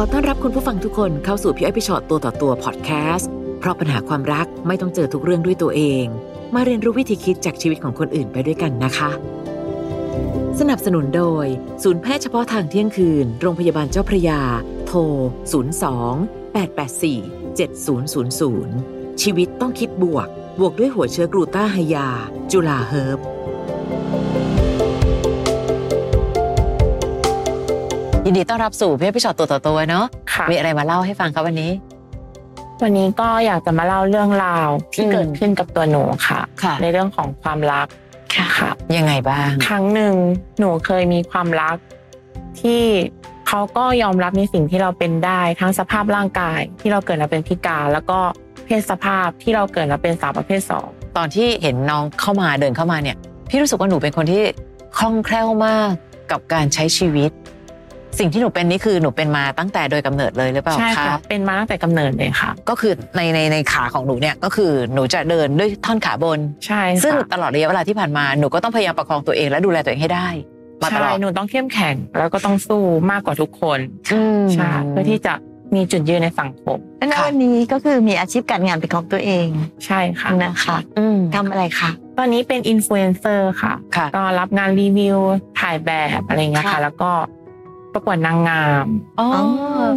อต้อนรับคุณผู้ฟังทุกคนเข้าสู่พี่อ้อยพี่ชอตตัวต่อตัวพอดแคสต์ เพราะปัญหาความรักไม่ต้องเจอทุกเรื่องด้วยตัวเอง มาเรียนรู้วิธีคิดจากชีวิตของคนอื่นไปด้วยกันนะคะ สนับสนุนโดย ศูนย์แพทย์เฉพาะทางเที่ยงคืน โรงพยาบาลเจ้าพระยา โทร 02 884 7000 ชีวิตต้องคิดบวก บวกด้วยหัวเชื้อกลูต้าไฮยา จุลาเฮิร์บ ยินดีต้อนรับสู่พี่อ้อยพี่ชอตตัวต่อตัวเนาะ ค่ะ มีอะไรมาเล่าให้ฟังครับวันนี้ วันนี้ก็อยากจะมาเล่าเรื่องราวที่ อืม เกิดขึ้นกับตัวหนูค่ะ ค่ะ ในเรื่องของความรักค่ะ ยังไงบ้าง ครั้งหนึ่งหนูเคยมีความรัก ที่เขาก็ยอมรับในสิ่งที่เราเป็นได้ทั้งสภาพร่างกายที่เราเกิดมาเป็นพิการ แล้วก็เพศสภาพที่เราเกิดมาเป็นสาวประเภทสอง ตอนที่เห็นน้องเข้ามาเดินเข้ามาเนี่ย พี่รู้สึกว่าหนูเป็นคนที่คล่องแคล่วมากกับการใช้ชีวิต สิ่งที่หนูเป็นนี่คือหนูเป็นมาตั้งแต่โดยกำเนิดเลยหรือเปล่า ใช่ คะ ค่ะเป็นมาตั้งแต่กำเนิดเลยค่ะ ก็คือในในในขาของหนูเนี่ยก็คือหนูจะเดินด้วยท่อนขาบน ใช่ ซึ่ง ค่ะ ตลอดระยะเวลาที่ผ่านมาหนูก็ต้องพยายามประคองตัวเองและดูแลตัวเองให้ได้ มาตล ใช่ อด หนูต้องเข้มแข็งแล้วก็ต้องสู้มากกว่าทุกคน อืม ใช่เพื่อที่จะมีจุดยืนในสังคม และณ ค่ะ วันนี้ก็คือมีอาชีพการงานเป็นของตัวเอง ใช่ค่ะ นะคะ อืม ทำอะไรคะ ตอนนี้เป็นอินฟลูเอนเซอร์ค่ะ ค่ะ ก็รับงานรีวิว ถ่ายแบบอะไรเงี้ยค่ะ ค่ะ แล้วก็ประกวดนางงาม อ๋อ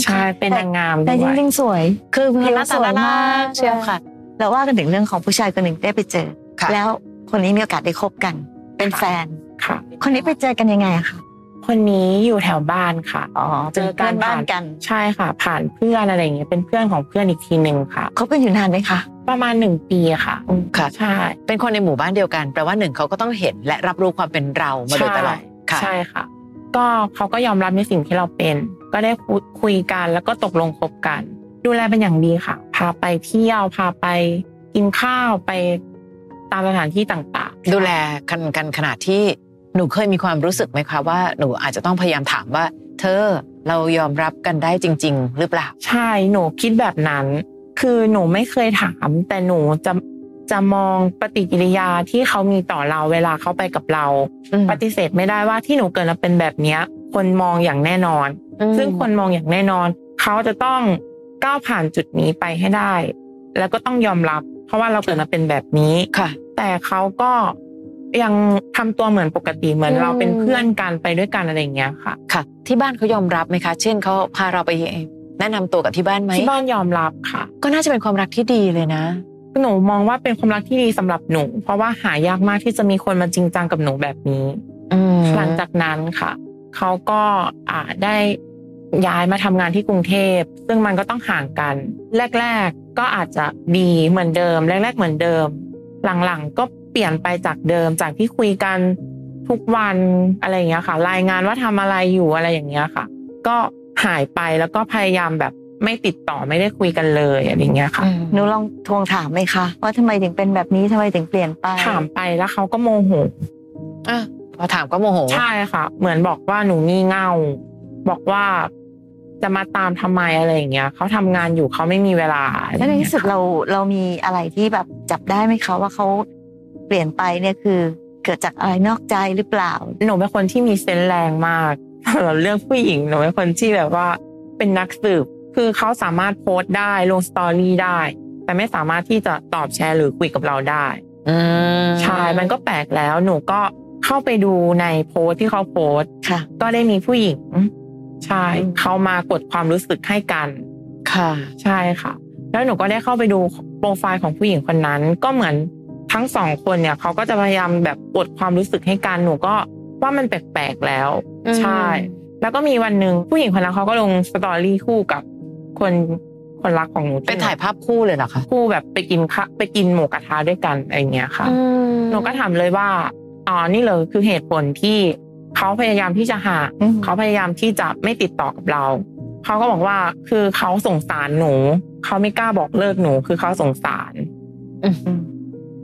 ใช่เป็นนางงามด้ แต่ ว จ ย ริงๆสวย คือ ผิวสวยมาก เชียวค่ะ เราว่ากันถึงเรื่องของผู้ชายคนหนึ่งได้ไปเจอ ค่ะ แล้วคนนี้มีโอกาสได้คบกัน เป็นแฟน ค่ะ คนนี้ไปเจอกันยังไงอะคะ คนนี้อยู่แถวบ้านค่ะ อ๋อ เจอกัน ป็บ้าน ผ่าน กัน ใช่ค่ะ ผ่านเพื่อนอะไรเงี้ยเป็นเพื่อนของเพื่อนอีกทีหนึ่งค่ะ คบกันอยู่นานไหมคะ ประมาณหนึ่งปีค่ะ ค่ะ ใช่ เป็นคนในหมู่บ้านเดียวกันแปลว่าหนึ่งเขาก็ต้องเห็นและรับรู้ความเป็นเรามาโดยตลอดค่ะ ใช่ค่ะ ก็เขาก็ยอมรับในสิ่งที่เราเป็น ก็ได้คุยคุยกันแล้วก็ตกลงคบกัน ดูแลเป็นอย่างดีค่ะ พาไปเที่ยวพาไปกินข้าวไปตามสถานที่ต่างๆ ดูแลกันกันขนาดที่หนูเคยมีความรู้สึกไหมคะว่าหนูอาจจะต้องพยายามถามว่า เธอเรายอมรับกันได้จริง ๆ หรือเปล่า ใช่หนูคิดแบบนั้น คือหนูไม่เคยถาม แต่หนูจะจะมองปฏิกิริยาที่เขามีต่อเราเวลาเขาไปกับเรา ปฏิเสธไม่ได้ว่าที่หนูเกิดมาเป็นแบบเนี้ย คนมองอย่างแน่นอน ซึ่งคนมองอย่างแน่นอน เขาจะต้องก้าวผ่านจุดนี้ไปให้ได้ แล้วก็ต้องยอมรับ เพราะว่าเราเกิดมาเป็นแบบนี้ ค่ะ แต่เขาก็ยังทำตัวเหมือนปกติเหมือนเราเป็นเพื่อนกันไปด้วยกันอะไรอย่างเงี้ยค่ะ ค่ะ ที่บ้านเขายอมรับไหมคะ เช่นเขาพาเราไปแนะนำตัวกับที่บ้านไหม ที่บ้านยอมรับค่ะ ก็น่าจะเป็นความรักที่ดีเลยนะ หนูมองว่าเป็นความรักที่ดีสำหรับหนู เพราะว่าหายากมากที่จะมีคนมาจริงจังกับหนูแบบนี้ อืม หลังจากนั้นค่ะ เขาก็อ่าได้ย้ายมาทำงานที่กรุงเทพ ซึ่งมันก็ต้องห่างกัน แรก ๆ ก็อาจจะดีเหมือนเดิม แรก ๆ เหมือนเดิม หลังๆ ก็เปลี่ยนไปจากเดิมจากที่คุยกันทุกวันอะไรอย่างเงี้ยค่ะ รายงานว่าทำอะไรอยู่อะไรอย่างเงี้ยค่ะ ก็หายไปแล้วก็พยายามแบบไม่ติดต่อไม่ได้คุยกันเลยอะไรอย่างเงี้ยค่ะ อืม หนูลองทวงถามไหมคะ ว่าทำไมถึงเป็นแบบนี้ทำไมถึงเปลี่ยนไป ถามไปแล้วเขาก็โมโห อ่ะพอถามก็โมโห ใช่ค่ะ เหมือนบอกว่าหนูงี่เง่า บอกว่าจะมาตามทำไมอะไรอย่างเงี้ยเขาทำงานอยู่เขาไม่มีเวลาอะไรอ แล้ว ย่าง ใน เงี้ย ที่สุดเราเรามีอะไรที่แบบจับได้ไหมคะว่าเขาเปลี่ยนไปเนี่ยคือเกิดจากอะไรนอกใจหรือเปล่า หนูเป็นคนที่มีเซนส์แรงมาก สำหรับเรื่องผู้หญิงหนูเป็นคนที่แบบว่าเป็นนักสืบ คือเขาสามารถโพสต์ได้ลงสตอรี่ได้ แต่ไม่สามารถที่จะตอบแชร์หรือคุยกับเราได้ อืม ใช่ มันก็แปลกแล้ว หนูก็เข้าไปดูในโพสต์ที่เขาโพสต์ ค่ะ ก็ได้มีผู้หญิง ใช่ อืม เขามากดความรู้สึกให้กัน ค่ะ ใช่ค่ะ แล้วหนูก็ได้เข้าไปดูโปรไฟล์ของผู้หญิงคนนั้น ก็เหมือนทั้งสองคนเนี่ยเขาก็จะพยายามแบบกดความรู้สึกให้กันหนูก็ว่ามันแปลกๆแล้ว ใช่ แล้วก็มีวันหนึ่งผู้หญิงคนนั้นเขาก็ลงสตอรี่คู่กับคนคนรักของหนูที่ เป็นถ่ายภาพคู่เลยเหรอคะ คู่แบบไปกินข้าไปกินหมูกระทะด้วยกันอะไรอย่างเงี้ยค่ะ หนูก็ถามเลยว่า อ๋อ นี่เลยคือเหตุผลที่เขาพยายามที่จะหา อืม เขาพยายามที่จะไม่ติดต่อกับเรา เขาก็บอกว่าคือเขาสงสารหนู เขาไม่กล้าบอกเลิกหนู คือเขาสงสาร อืม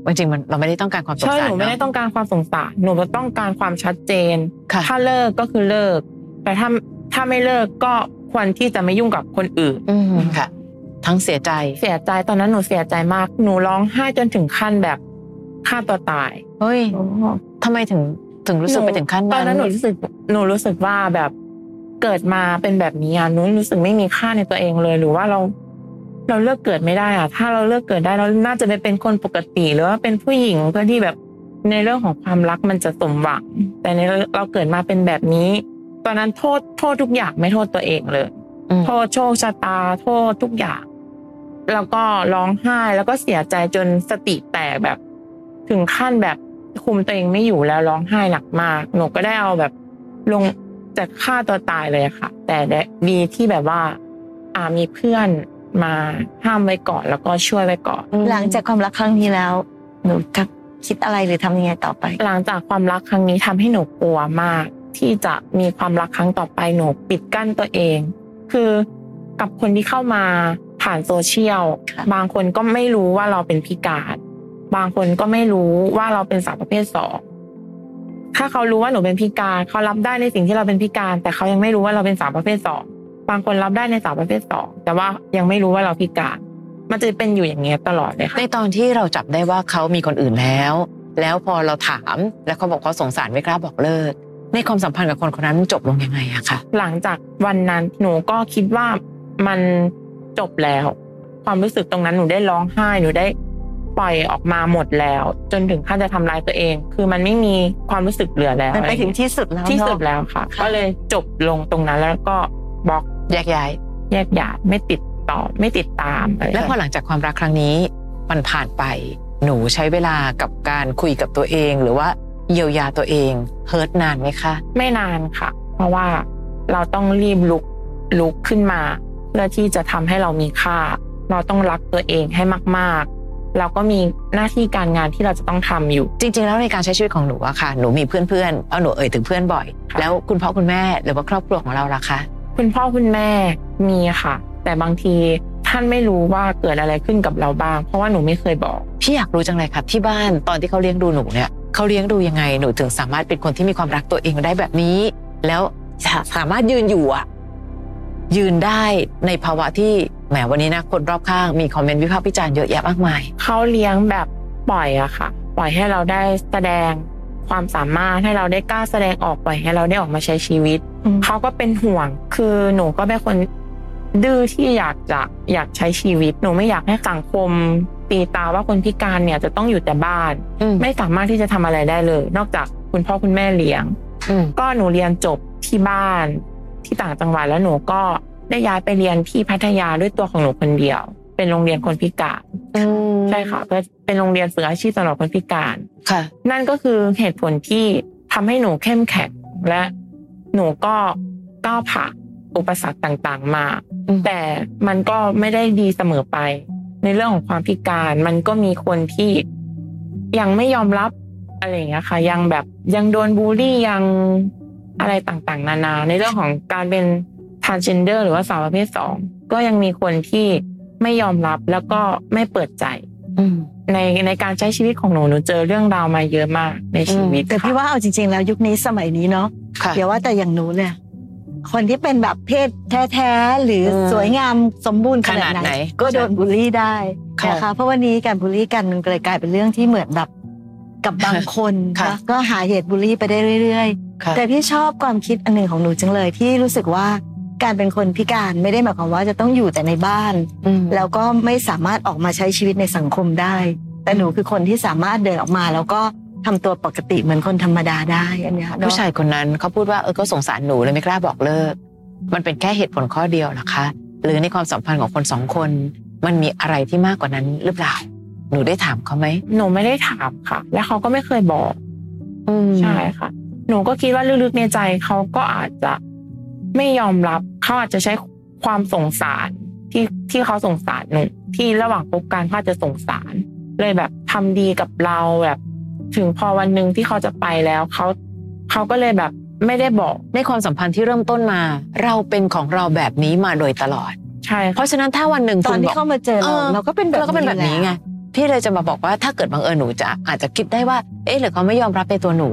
จริงๆมันเราไม่ได้ต้องการความสง ใช่ สาร หนูไม่ได้ เอะ ต้องการความสงสาร หนูต้องการความชัดเจน ค่ะ ถ้าเลิกก็คือเลิก แต่ถ้าถ้าไม่เลิกก็ควรที่จะไม่ยุ่งกับคนอื่น อืมค่ะ ทั้งเสียใจ เสียใจตอนนั้นหนูเสียใจมาก หนูร้องไห้จนถึงขั้นแบบฆ่าตัวตาย เฮ้ยทำไมถึงถึงรู้สึกไปถึงขั้น ตอน นั้ นั้น นหนูรู้สึกหนูรู้สึกว่าแบบ เกิดมาเป็นแบบนี้อ่ะนุ้นรู้สึกไม่มีค่าในตัวเองเลย หรือว่าเรา เราเลือกเกิดไม่ได้อ่ะ ถ้าเราเลือกเกิดได้เราน่าจะไปเป็นคนปกติหรือว่าเป็นผู้หญิงเพื่อที่แบบในเรื่องของความรักมันจะสมหวัง แต่ในเราเราเกิดมาเป็นแบบนี้ ตอนนั้นโทษโทษทุกอย่างไม่โทษตัวเองเลย อืม โทษโชคชะตา โทษทุกอย่าง แล้วก็ร้องไห้แล้วก็เสียใจจนสติแตกแบบ ถึงขั้นแบบคุมตัวเองไม่อยู่แล้วร้องไห้หนักมาก หนูก็ได้เอาแบบลงจะฆ่าตัวตายเลยอะค่ะ แต่ดีที่แบบว่า อ่ามีเพื่อนมาห้ามไว้ก่อนแล้วก็ช่วยไว้ก่อน หลังจากความรักครั้งนี้แล้ว หนูจะคิดอะไรหรือทำยังไงต่อไป หลังจากความรักครั้งนี้ทำให้หนูกลัวมาก ที่จะมีความรักครั้งต่อไปหนูปิดกั้นตัวเอง คือกับคนที่เข้ามาผ่านโซเชียล ค่ะ บางคนก็ไม่รู้ว่าเราเป็นพิการ บางคนก็ไม่รู้ว่าเราเป็นสาวประเภทสองถ้าเขารู้ว่าหนูเป็นพิการเขารับได้ในสิ่งที่เราเป็นพิการ แต่เขายังไม่รู้ว่าเราเป็นสาวประเภทสองบางคนรับได้ในสาวประเภทสองแต่ว่ายังไม่รู้ว่าเราพิการ มันจะเป็นอยู่อย่างเงี้ยตลอดเลยค่ะ ในตอนที่เราจับได้ว่าเขามีคนอื่นแล้ว แล้วพอเราถาม แล้วเขาบอกเขาสงสารไม่กล้าบอกเลิก ในความสัมพันธ์กับคนคนนั้นมันจบลงยังไงอะคะ หลังจากวันนั้นหนูก็คิดว่ามันจบแล้ว ความรู้สึกตรงนั้นหนูได้ร้องไห้หนูได้ปล่อยออกมาหมดแล้ว จนถึงขั้นจะทำร้ายตัวเอง คือมันไม่มีความรู้สึกเหลือแล้ว มันไปถึงที่สุดแล้ว ที่ เนอะ สุดแล้วค่ะ ค่ะ ก็เลยจบลงตรงนั้นแล้วก็บล็อก แยกย้าย แยกย้ายไม่ติดต่อไม่ติดตามอะไร และพอหลังจากความรักครั้งนี้ มันผ่านไป หนูใช้เวลากับการคุยกับตัวเอง หรือว่าเยียวยาตัวเองเฮิร์ตนานไหมคะ ไม่นานค่ะ เพราะว่าเราต้องรีบลุกลุกขึ้นมา เพื่อที่จะทำให้เรามีค่า เราต้องรักตัวเองให้มากๆ เราก็มีหน้าที่การงานที่เราจะต้องทำอยู่ จริง ๆ แล้วในการใช้ชีวิตของหนูอะค่ะ หนูมีเพื่อนๆเอาหนูเอ่ยถึงเพื่อนบ่อย ค่ะ แล้วคุณพ่อคุณแม่หรือว่าครอบครัวของเราล่ะคะ คุณพ่อคุณแม่มีค่ะ แต่บางทีท่านไม่รู้ว่าเกิดอะไรขึ้นกับเราบ้าง เพราะว่าหนูไม่เคยบอก พี่อยากรู้จังเลยค่ะที่บ้านตอนที่เขาเลี้ยงดูหนูเนี่ยเขาเลี้ยงดูยังไงหนูถึงสามารถเป็นคนที่มีความรักตัวเองได้แบบนี้ แล้วสาสามารถยืนอยู่อะยืนได้ในภาวะที่แหมวันนี้นะคนรอบข้างมีคอมเมนต์วิพากษ์วิจารณ์เยอะแยะมากมาย เขาเลี้ยงแบบปล่อยอะค่ะ ปล่อยให้เราได้แสดงความสามารถให้เราได้กล้าแสดงออกปล่อยให้เราได้ออกมาใช้ชีวิต อืม เขาก็เป็นห่วง คือหนูก็เป็นคนดื้อที่อยากจะอยากใช้ชีวิต หนูไม่อยากให้สังคมตีตาว่าคนพิการเนี่ยจะต้องอยู่แต่บ้าน อืม ไม่สามารถที่จะทำอะไรได้เลย นอกจากคุณพ่อคุณแม่เลี้ยง อืม ก็หนูเรียนจบที่บ้านที่ต่างจังหวัดแล้วหนูก็ได้ย้ายไปเรียนที่พัทยาด้วยตัวของหนูคนเดียว เป็นโรงเรียนคนพิการใช่ค่ะเพื่อเป็นโรงเรียนฝึกอาชีพสำหรับคนพิการ ค่ะ นั่นก็คือเหตุผลที่ทำให้หนูเข้มแข็งและหนูก็ก้าวผ่านอุปสรรคต่างๆ มา อืม แต่มันก็ไม่ได้ดีเสมอไป ในเรื่องของความพิการมันก็มีคนที่ยังไม่ยอมรับอะไรอย่างเงี้ยค่ะ ยังแบบยังโดนบูลลี่ยังอะไรต่างๆ นานา ในเรื่องของการเป็น transgender หรือว่าสาวประเภทสองก็ยังมีคนที่ไม่ยอมรับแล้วก็ไม่เปิดใจ อืม ในในการใช้ชีวิตของหนูหนูเจอเรื่องราวมาเยอะมากในชีวิต แต่พี่ ค่ะ ว่าเอาจริง ๆ แล้วยุคนี้สมัยนี้เนาะ ค่ะ อย่าว่าแต่อย่างหนูเลยคนที่เป็นแบบเพศแท้ๆหรือ เออ สวยงามสมบูรณ์ขนาด ขนาด ไห ไห น น ก็โดนบูลลี่ได้ ค่ะ นะคะเพราะวันนี้การบูลลี่กันมันเลยกลายเป็นเรื่องที่เหมือนแบบกับบางคน ค่ะ นะก็หาเหตุบูลลี่ไปได้เรื่อย ๆ ค่ะ แต่พี่ชอบความคิดอันหนึ่งของหนูจังเลยที่รู้สึกว่าการเป็นคนพิการไม่ได้หมายความว่าจะต้องอยู่แต่ในบ้าน อืม แล้วก็ไม่สามารถออกมาใช้ชีวิตในสังคมได้ แต่หนูคือคนที่สามารถเดินออกมา แล้วก็ทำตัวปกติเหมือนคนธรรมดาได้อันเนี้ยเนอะ ผู้ชายคนนั้นเขาพูดว่าเออเขาสงสารหนูเลยไม่กล้าบอกเลิก มันเป็นแค่เหตุผลข้อเดียวเหรอคะ หรือในความสัมพันธ์ของคนสองคน มันมีอะไรที่มากกว่านั้นหรือเปล่า หนูได้ถามเขาไหม หนูไม่ได้ถามค่ะ และเขาก็ไม่เคยบอกใช่ค่ะ หนูก็คิดว่าลึกๆในใจเขาก็อาจจะไม่ยอมรับเขาอาจจะใช้ความสงสารที่ที่เขาสงสารหนูที่ระหว่างคบกันเขาอาจจะสงสาร เลยแบบทำดีกับเราแบบ ถึงพอวันหนึ่งที่เขาจะไปแล้วเขาเขาก็เลยแบบไม่ได้บอก ในความสัมพันธ์ที่เริ่มต้นมา เราเป็นของเราแบบนี้มาโดยตลอด ใช่ เพ ค่ะ ราะฉะนั้นถ้าวันหนึ่ง ตอน คุณบที่อก เข้ามาเจอเรา เออ เราก็เป็นแบบ เราก็เป็นแบบนี้ไง แหละ พี่เลยจะมาบอกว่าถ้าเกิดบังเอิญหนูจะอาจจะคิดได้ว่า เอ๊ะหรือเขาไม่ยอมรับในตัวหนู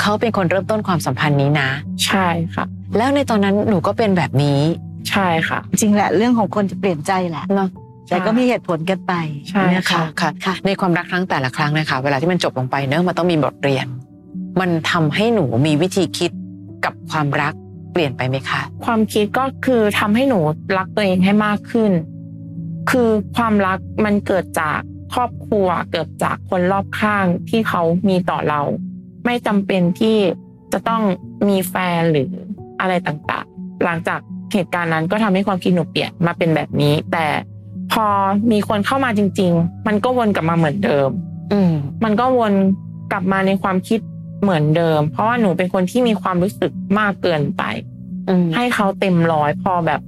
เขาเป็นคนเริ่มต้นความสัมพันธ์นี้นะ ใช่ค่ะ แล้วในตอนนั้นหนูก็เป็นแบบนี้ ใช่ค่ะ จริงแหละเรื่องของคนจะเปลี่ยนใจแหละ เนาะ แต่ก็มีเหตุผลกันไป ใช่ นะคะ ค่ะ ค่ะ ในความรักครั้งแต่ละครั้งนะคะ เวลาที่มันจบลงไปเนอะมันต้องมีบทเรียน มันทำให้หนูมีวิธีคิดกับความรัก เปลี่ยนไปไหมคะ ความคิดก็คือทำให้หนูรักตัวเองให้มากขึ้น คือความรักมันเกิดจากครอบครัว เกิดจากคนรอบข้างที่เขามีต่อเรา ไม่จำเป็นที่จะต้องมีแฟนหรืออะไรต่างๆ หลังจากเหตุการณ์นั้นก็ทำให้ความคิดหนูเปลี่ยนมาเป็นแบบนี้ แต่พอมีคนเข้ามาจริง ๆ มันก็วนกลับมาเหมือนเดิม อืม มันก็วนกลับมาในความคิดเหมือนเดิม เพราะว่าหนูเป็นคนที่มีความรู้สึกมากเกินไป อืม ให้เขาเต็มร้อยพอแบบ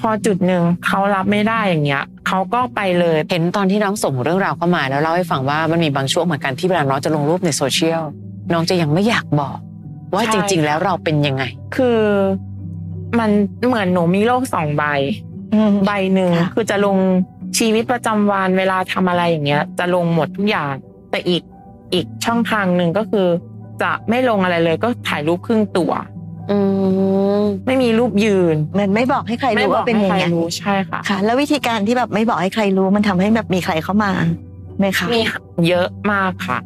พอจุดหนึ่งเขารับไม่ได้อย่างเงี้ยเขาก็ไปเลย เห็นตอนที่น้องส่งเรื่องราวเข้ามาแล้วเล่าให้ฟังว่ามันมีบางช่วงเหมือนกันที่เวลาน้องจะลงรูปในโซเชียลน้องจะยังไม่อยากบอก ว่าจริง ๆ แล้วเราเป็นยังไง คือมันเหมือนหนูมีโลกสองใบ อืม ใบหนึ่ง ค่ะ คือจะลงชีวิตประจำวันเวลาทำอะไรอย่างเงี้ย จะลงหมดทุกอย่าง แต่อีกอีกช่องทางหนึ่งก็คือ จะไม่ลงอะไรเลยก็ถ่ายรูปครึ่งตัว อืม ไม่มีรูปยืน มันไม่บอกให้ใคร ไม่ รู้ บอก ว่าเป็น ให้ ยั ใค ง ร ไง รู้ใช่ค่ะ ค่ะ แล้ววิธีการที่แบบไม่บอกให้ใครรู้มันทำให้แบบมีใครเข้ามาไหมคะ มีเยอะมากค่ะ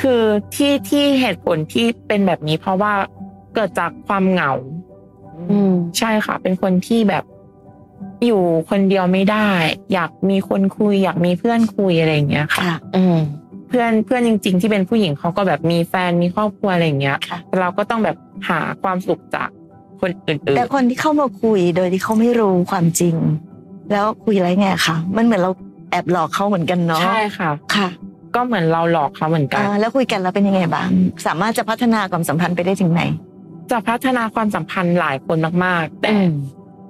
คือที่ที่เหตุผลที่เป็นแบบนี้เพราะว่าเกิดจากความเหงา อืม ใช่ค่ะ เป็นคนที่แบบอยู่คนเดียวไม่ได้ อยากมีคนคุย อยากมีเพื่อนคุยอะไรอย่างเงี้ยค่ะ ค่ะ อืม เพื่อนเพื่อนจริง ๆ ที่เป็นผู้หญิงเขาก็แบบมีแฟนมีครอบครัวอะไรอย่างเงี้ย ค่ะ เราก็ต้องแบบหาความสุขจากคนอื่น แต่คนที่เข้ามาคุยโดยที่เขาไม่รู้ความจริง แล้วคุยอะไรไงคะมันเหมือนเราแอบหลอกเขาเหมือนกันเนาะ ๆใช่ค่ะ ค่ะ ก็เหมือนเราหลอกเขาเหมือนกัน อ่าแล้วคุยกันแล้วเป็นยังไงบ้างสามารถจะพัฒนาความสัมพันธ์ไปได้ถึงไหน จะพัฒนาความสัมพันธ์หลายคนมาก ๆ แต่ อืม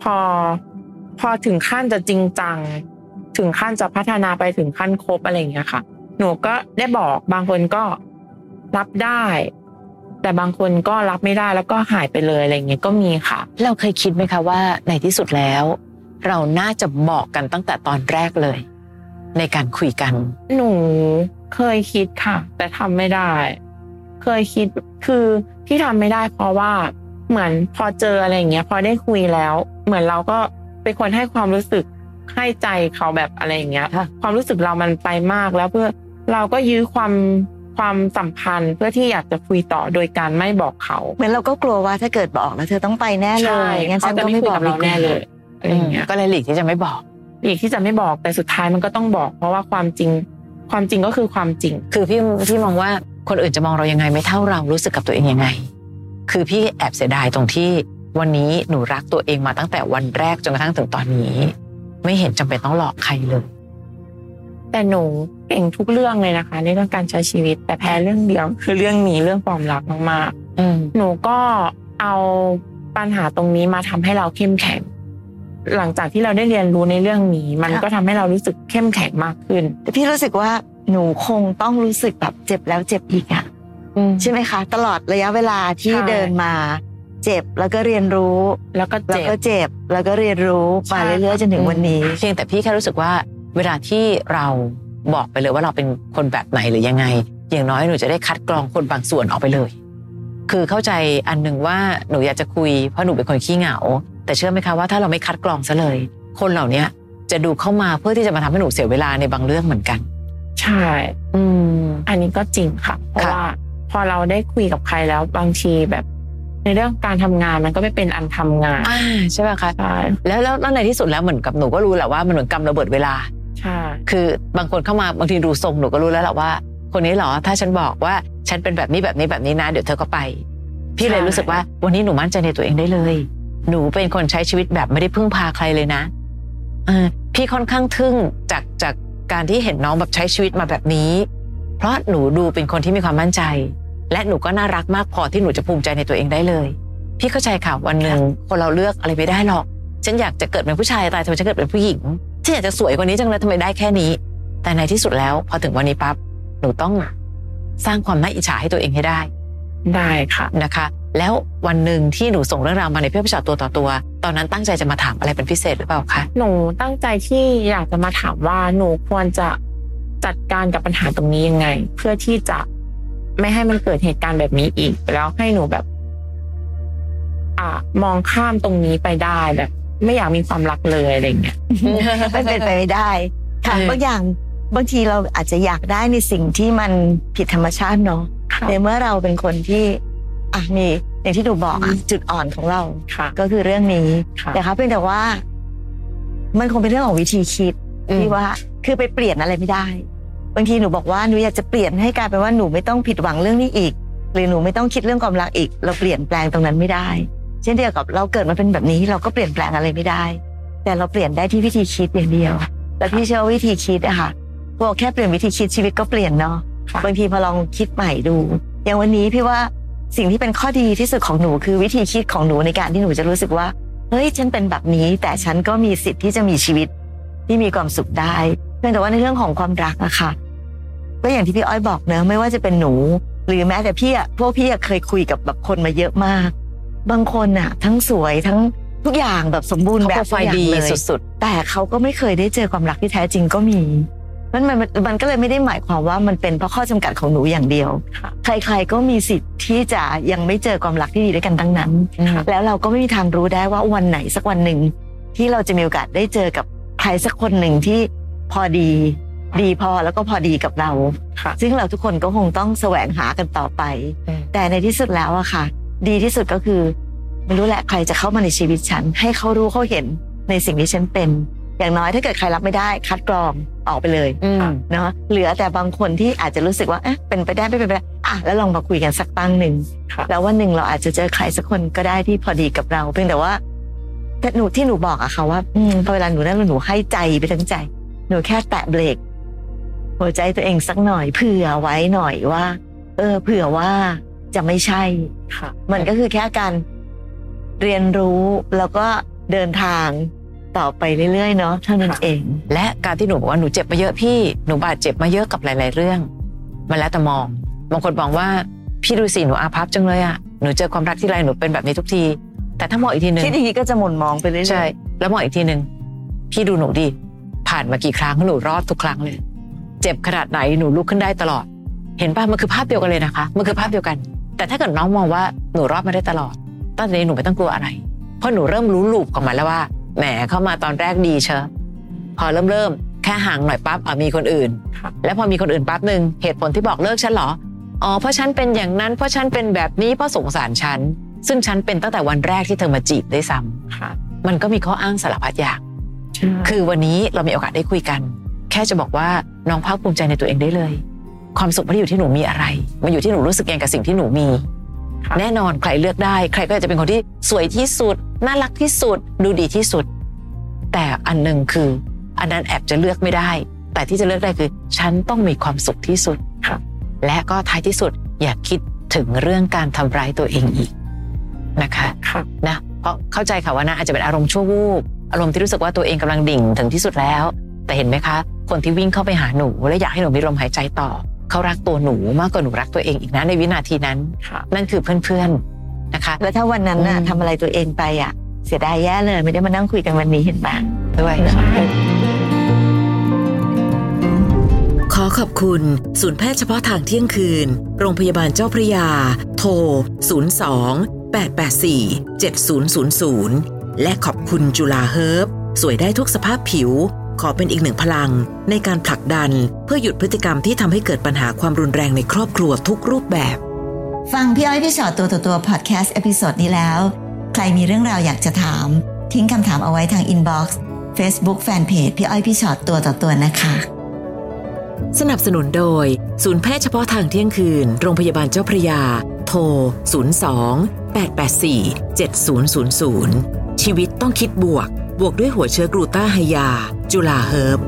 พอพอถึงขั้นจะจริงจัง ถึงขั้นจะพัฒนาไปถึงขั้นคบอะไรอย่างเงี้ยค่ะ หนูก็ได้บอกบางคนก็รับได้ แต่บางคนก็รับไม่ได้แล้วก็หายไปเลยอะไรอย่างเงี้ยก็มีค่ะ เราเคยคิดไหมคะว่าในที่สุดแล้ว เราน่าจะบอกกันตั้งแต่ตอนแรกเลย ในการคุยกัน หนูเคยคิดค่ะ แต่ทำไม่ได้ เคยคิดคือที่ทำไม่ได้เพราะว่าเหมือนพอเจออะไรอย่างเงี้ย พอได้คุยแล้ว เหมือนเราก็เป็นคนให้ความรู้สึกให้ใจเขาแบบอะไรอย่างเงี้ย ค่ะ ความรู้สึกเรามันไปมากแล้วเพื่อเราก็ยื้อความความสัมพันธ์ เพื่อที่อยากจะคุยต่อโดยการไม่บอกเขา เหมือนเราก็กลัวว่าถ้าเกิดบอกแล้วเธอต้องไปแน่เล ใช่ ยงั้น เขา ฉัน จะ ก็ ไม่ ไม่ คุย บอก กับเรา ดี แน่ กว่า เลยอะไรอย่างเงี้ย ก็เลยหลีกที่จะไม่บอก หลีกที่จะไม่บอกแต่สุดท้ายมันก็ต้องบอก เพราะว่าความจริง ความจริงก็คือความจริง คือพี่พี่มองว่าคนอื่นจะมองเรายังไงไม่เท่าเรารู้สึกกับตัวเองยังไง คือพี่แอบเสียดายตรงที่วันนี้หนูรักตัวเองมาตั้งแต่วันแรกจนกระทั่งถึงตอนนี้ ไม่เห็นจำเป็นต้องหลอกใครเลย แต่หนูเก่งทุกเรื่องเลยนะคะ ในเรื่องการใช้ชีวิต แต่แพ้เรื่องเดียว คือเรื่องนี้เรื่องความรักมาก อืม ๆ หนูก็เอาปัญหาตรงนี้มาทำให้เราเข้มแข็ง หลังจากที่เราได้เรียนรู้ในเรื่องนี้ มัน ค่ะ ก็ทำให้เรารู้สึกเข้มแข็งมากขึ้น แต่พี่รู้สึกว่าหนูคงต้องรู้สึกแบบเจ็บแล้วเจ็บอีกอะใช่ไหมคะ ตลอดระยะเวลาที่ ใช่ เดินมา เจ็บแล้วก็เรียนรู้ แล้วก็ แล้ว เจ็บ ก็เจ็บแล้วก็เรียนรู้มา ใช่ เรื่อยๆจนถึงวันนี้ เพียงแต่พี่แค่รู้สึกว่าเวลาที่เราบอกไปเลยว่าเราเป็นคนแบบไหนหรือยังไง อย่างน้อยหนูจะได้คัดกรองคนบางส่วนออกไปเลย คือเข้าใจอันหนึ่งว่าหนูอยากจะคุยเพราะหนูเป็นคนขี้เหงา แต่เชื่อไหมคะว่าถ้าเราไม่คัดกรองซะเลย คนเหล่านี้จะดูเข้ามาเพื่อที่จะมาทำให้หนูเสียเวลาในบางเรื่องเหมือนกัน ใช่ อืม อันนี้ก็จริงค่ะ เพราะ ค่ะ ว่าพอเราได้คุยกับใครแล้วบางทีแบบ ในเรื่องการทำงานมันก็ไม่เป็นอันทำงาน อ่าใช่ป่ะคะ ใช่ แล้วแล้วแล้วในที่สุดแล้วเหมือนกับหนูก็รู้แหละว่ามันเหมือนกำระเบิดเวลา ใช่ คือบางคนเข้ามาบางทีดูทรงหนูก็รู้แล้วแหละว่า คนนี้เหรอถ้าฉันบอกว่าฉันเป็นแบบนี้แบบนี้แบบนี้นะ เดี๋ยวเธอก็ไป พี่เลยรู้สึกว่าวันนี้หนูมั่นใจในตัวเองได้เลย หนูเป็นคนใช้ชีวิตแบบไม่ได้พึ่งพาใครเลยนะเออพี่ค่อนข้างทึ่งจากจากการที่เห็นน้องแบบใช้ชีวิตมาแบบนี้ เพราะหนูดูเป็นคนที่มีความมั่นใจ และหนูก็น่ารักมากพอที่หนูจะภูมิใจในตัวเองได้เลย พี่เข้าใจค่ะวันหนึ่งคนเราเลือกอะไรไม่ได้หรอก ฉันอยากจะเกิดเป็นผู้ชายตายทำไมฉันเกิดเป็นผู้หญิงฉันอยากจะสวยกว่านี้จังเลยทำไมได้แค่นี้ แต่ในที่สุดแล้วพอถึงวันนี้ปั๊บหนูต้องสร้างความน่าอิจฉาให้ตัวเองให้ได้ ได้ค่ะ นะคะ แล้ววันหนึ่งที่หนูส่งเรื่องราวมาในเพื่อนผู้ชายตัวต่อตัว ตอนนั้นตั้งใจจะมาถามอะไรเป็นพิเศษหรือเปล่าคะ หนูตั้งใจที่อยากจะมาถามว่าหนูควรจะจัดการกับปัญหาตรงนี้ยังไง เพื่อที่จะไม่ให้มันเกิดเหตุการณ์แบบนี้อีก แล้วให้หนูแบบ อ่ามองข้ามตรงนี้ไปได้แบบ ไม่อยากมีความรักเลยอะไรอย่างเงี้ย มันเป็นไปไม่ได้ ค่ะ เออ บางอย่างบางทีเราอาจจะอยากได้ในสิ่งที่มันผิดธรรมชาติเนาะ ค่ะ ในเมื่อเราเป็นคนที่อ่ะมี อย่างที่หนูบอกอะจุดอ่อนของเรา ค่ะ ก็คือเรื่องนี้ ค่ะ นะคะเพียงแต่ว่า มันคงเป็นเรื่องของวิธีคิด อืม ที่ว่าคือไปเปลี่ยนอะไรไม่ได้ บางทีหนูบอกว่าหนูอยากจะเปลี่ยนให้กลายเป็นว่าหนูไม่ต้องผิดหวังเรื่องนี้อีก หรือหนูไม่ต้องคิดเรื่องความรักอีก เราเปลี่ยนแปลงตรงนั้นไม่ได้ เช่นเดียวกับเราเกิดมาเป็นแบบนี้ เราก็เปลี่ยนแปลงอะไรไม่ได้ แต่เราเปลี่ยนได้ที่วิธีคิดอย่างเดียว และพี่เชื่อว่าวิธีคิดอะค่ะพวกแค่เปลี่ยนวิธีคิดชีวิตก็เปลี่ยนเนาะ ค่ะ บางทีพอลองคิดใหม่ดู อย่างวันนี้พี่ว่าสิ่งที่เป็นข้อดีที่สุดของหนูคือวิธีคิดของหนูในการที่หนูจะรู้สึกว่า เฮ้ยฉันเป็นแบบนี้ แต่ฉันก็มีสิทธิ์ที่จะมีชีวิตที่มีความสุขได้เพียงแต่ว่าในเรื่องของความรักอะค่ะก็อย่างที่พี่อ้อยบอกเนอะไม่ว่าจะเป็นหนู หรือแม้แต่พี่อะพวกพี่อะเคยคุยกับแบบคนมาเยอะมาก บางคนอะทั้งสวยทั้งทุกอย่างแบบสมบูรณ์ เขา แบ โปร บ ไฟ ทุกอ ล์ ย่าง ดี เลย สุด แต่เขาก็ไม่เคยได้เจอความรักที่แท้จริงก็มีมันมันมันมันก็เลยไม่ได้หมายความว่ามันเป็นเพราะข้อจำกัดของหนูอย่างเดียว ค่ะ ใครๆก็มีสิทธิ์ที่จะยังไม่เจอความรักที่ดีด้วยกันทั้งนั้น ๆ แล้วเราก็ไม่มีทางรู้ได้ว่าวันไหนสักวันหนึ่ง ที่เราจะมีโอกาสได้เจอกับใครสักคนหนึ่งที่พอดี ดีพอแล้วก็พอดีกับเรา ค่ะ ซึ่งเราทุกคนก็คงต้องแสวงหากันต่อไป อืม แต่ในที่สุดแล้วอะค่ะ ดีที่สุดก็คือไม่รู้แหละใครจะเข้ามาในชีวิตฉัน ให้เขารู้เขาเห็นในสิ่งที่ฉันเป็น อย่างน้อยถ้าเกิดใครรับไม่ได้ คัดกรองออกไปเลย อืม เนาะเหลือแต่บางคนที่อาจจะรู้สึกว่าเอ๊ะเป็นไปได้ไม่เป็นไปได้อ่ะแล้วลองมาคุยกันสักตั้งหนึ่ง ค่ะ แล้ววันหนึ่งเราอาจจะเจอใครสักคนก็ได้ที่พอดีกับเรา เพียงแต่ว่าแต่หนูที่หนูบอกอะค่ะว่าอืมพอเวลาหนูนั่งแล้วหนูให้ใจไปทั้งใจ หนูแค่แตะเบรกหัวใจตัวเองสักหน่อยเผื่อไว้หน่อยว่า เออ เผื่อว่าจะไม่ใช่ ค่ะ มันก็คือแค่การเรียนรู้แล้วก็เดินทางต่อไปเรื่อยๆเนาะเท่านั้น ค่ะ เอง และการที่หนูบอกว่าหนูเจ็บมาเยอะพี่ หนูบาดเจ็บมาเยอะกับหลาย ๆ เรื่อง มันแล้วแต่มอง บางคนมองว่าพี่ดูสิหนูอาภัพจังเลยอะหนูเจอความรักที่ไรหนูเป็นแบบนี้ทุกที แต่ถ้ามองอีกทีหนึ่ง คิดอย่างนี้ก็จะหม่นมองไปเรื่อยๆ ใช่ แล้วมองอีกทีหนึ่งพี่ดูหนูดิผ่านมากี่ครั้งหนูรอดทุกครั้งเลย เจ็บขนาดไหนหนูลุกขึ้นได้ตลอด เห็นป่ะมันคือภาพเดียวกันเลยนะคะ มันคือภาพเดียวกัน แต่ถ้าเกิดน้องมองว่าหนูรอดมาได้ตลอด ตอนนี้หนูไม่ต้องกลัวอะไร เพราะหนูเริ่มรู้ลูปของมันแล้วว่า แหมเข้ามาตอนแรกดีเชอะพอเริ่มเริ่มแค่ห่างหน่อยปั๊บเอามีคนอื่น ค่ะ แล้วพอมีคนอื่นปั๊บหนึ่งเหตุผลที่บอกเลิกฉันเหรอ อ๋อเพราะฉันเป็นอย่างนั้น เพราะฉันเป็นแบบนี้เพราะสงสารฉัน ซึ่งฉันเป็นตั้งแต่วันแรกที่เธอมาจีบได้วยซ้ำ ค่ะ มันก็มีข้ออ้างสารพัดอย่าง คือ คือวันนี้เรามีโอกาสได้คุยกัน แค่จะบอกว่าน้องภาคภูมิใจในตัวเองได้เลย ความสุขไม่ได้อยู่ที่หนูมีอะไร มันอยู่ที่หนูรู้สึกเองกับสิ่งที่หนูมี ะ แน่นอนใครเลือกได้ ใครก็อาจจะเป็นคนที่สวยที่สุด น่ารักที่สุด ดูดีที่สุด แต่อันหนึ่งคือ อันนั้นแอบจะเลือกไม่ได้ แต่ที่จะเลือกได้คือ ฉันต้องมีความสุขที่สุด ครับ และก็ท้ายที่สุดอย่าคิดถึงเรื่องการทำร้ายตัวเองอีกนะคะ ค่ะ นะเพราะเข้าใจค่ะว่านะอาจจะเป็นอารมณ์ชั่ววูบอารมณ์ที่รู้สึกว่าตัวเองกำลังดิ่งถึงที่สุดแล้ว แต่เห็นไหมคะ คนที่วิ่งเข้าไปหาหนู และอยากให้หนูมีลมหายใจต่อ เขารักตัวหนูมากกว่าหนูรักตัวเองอีกนะในวินาทีนั้น ค่ะ นั่นคือเพื่อนๆนะคะ แล้วถ้าวันนั้นน่ะ อืม ทำอะไรตัวเองไปอ่ะ เสียดายแย่เลย ไม่ได้มานั่งคุยกันวันนี้เห็นปะ ด้วย ขอขอบคุณ ศูนย์แพทย์เฉพาะทางเที่ยงคืน โรงพยาบาลเจ้าพระยา โทร 02 884 7000 และขอบคุณจุฬาเฮิร์บสวยได้ทุกสภาพผิว ขอเป็นอีกหนึ่งพลัง ในการผลักดัน เพื่อหยุดพฤติกรรมที่ทำให้เกิดปัญหาความรุนแรงในครอบครัวทุกรูปแบบ ฟังพี่อ้อยพี่ชอตตัวต่อตัวพอดแคสต์เอพิโซดนี้แล้ว ใครมีเรื่องราวอยากจะถาม ทิ้งคำถามเอาไว้ทางอินบ็อกซ์เฟซบุ๊กแฟนเพจพี่อ้อยพี่ชอตตัวต่อตัวนะคะ สนับสนุนโดย ศูนย์แพทย์เฉพาะทางเที่ยงคืน โรงพยาบาลเจ้าพระยา โทร 02 884 7000 ชีวิตต้องคิดบวก บวกด้วยหัวเชื้อกลูต้าไฮยา จุฬาเฮิร์บ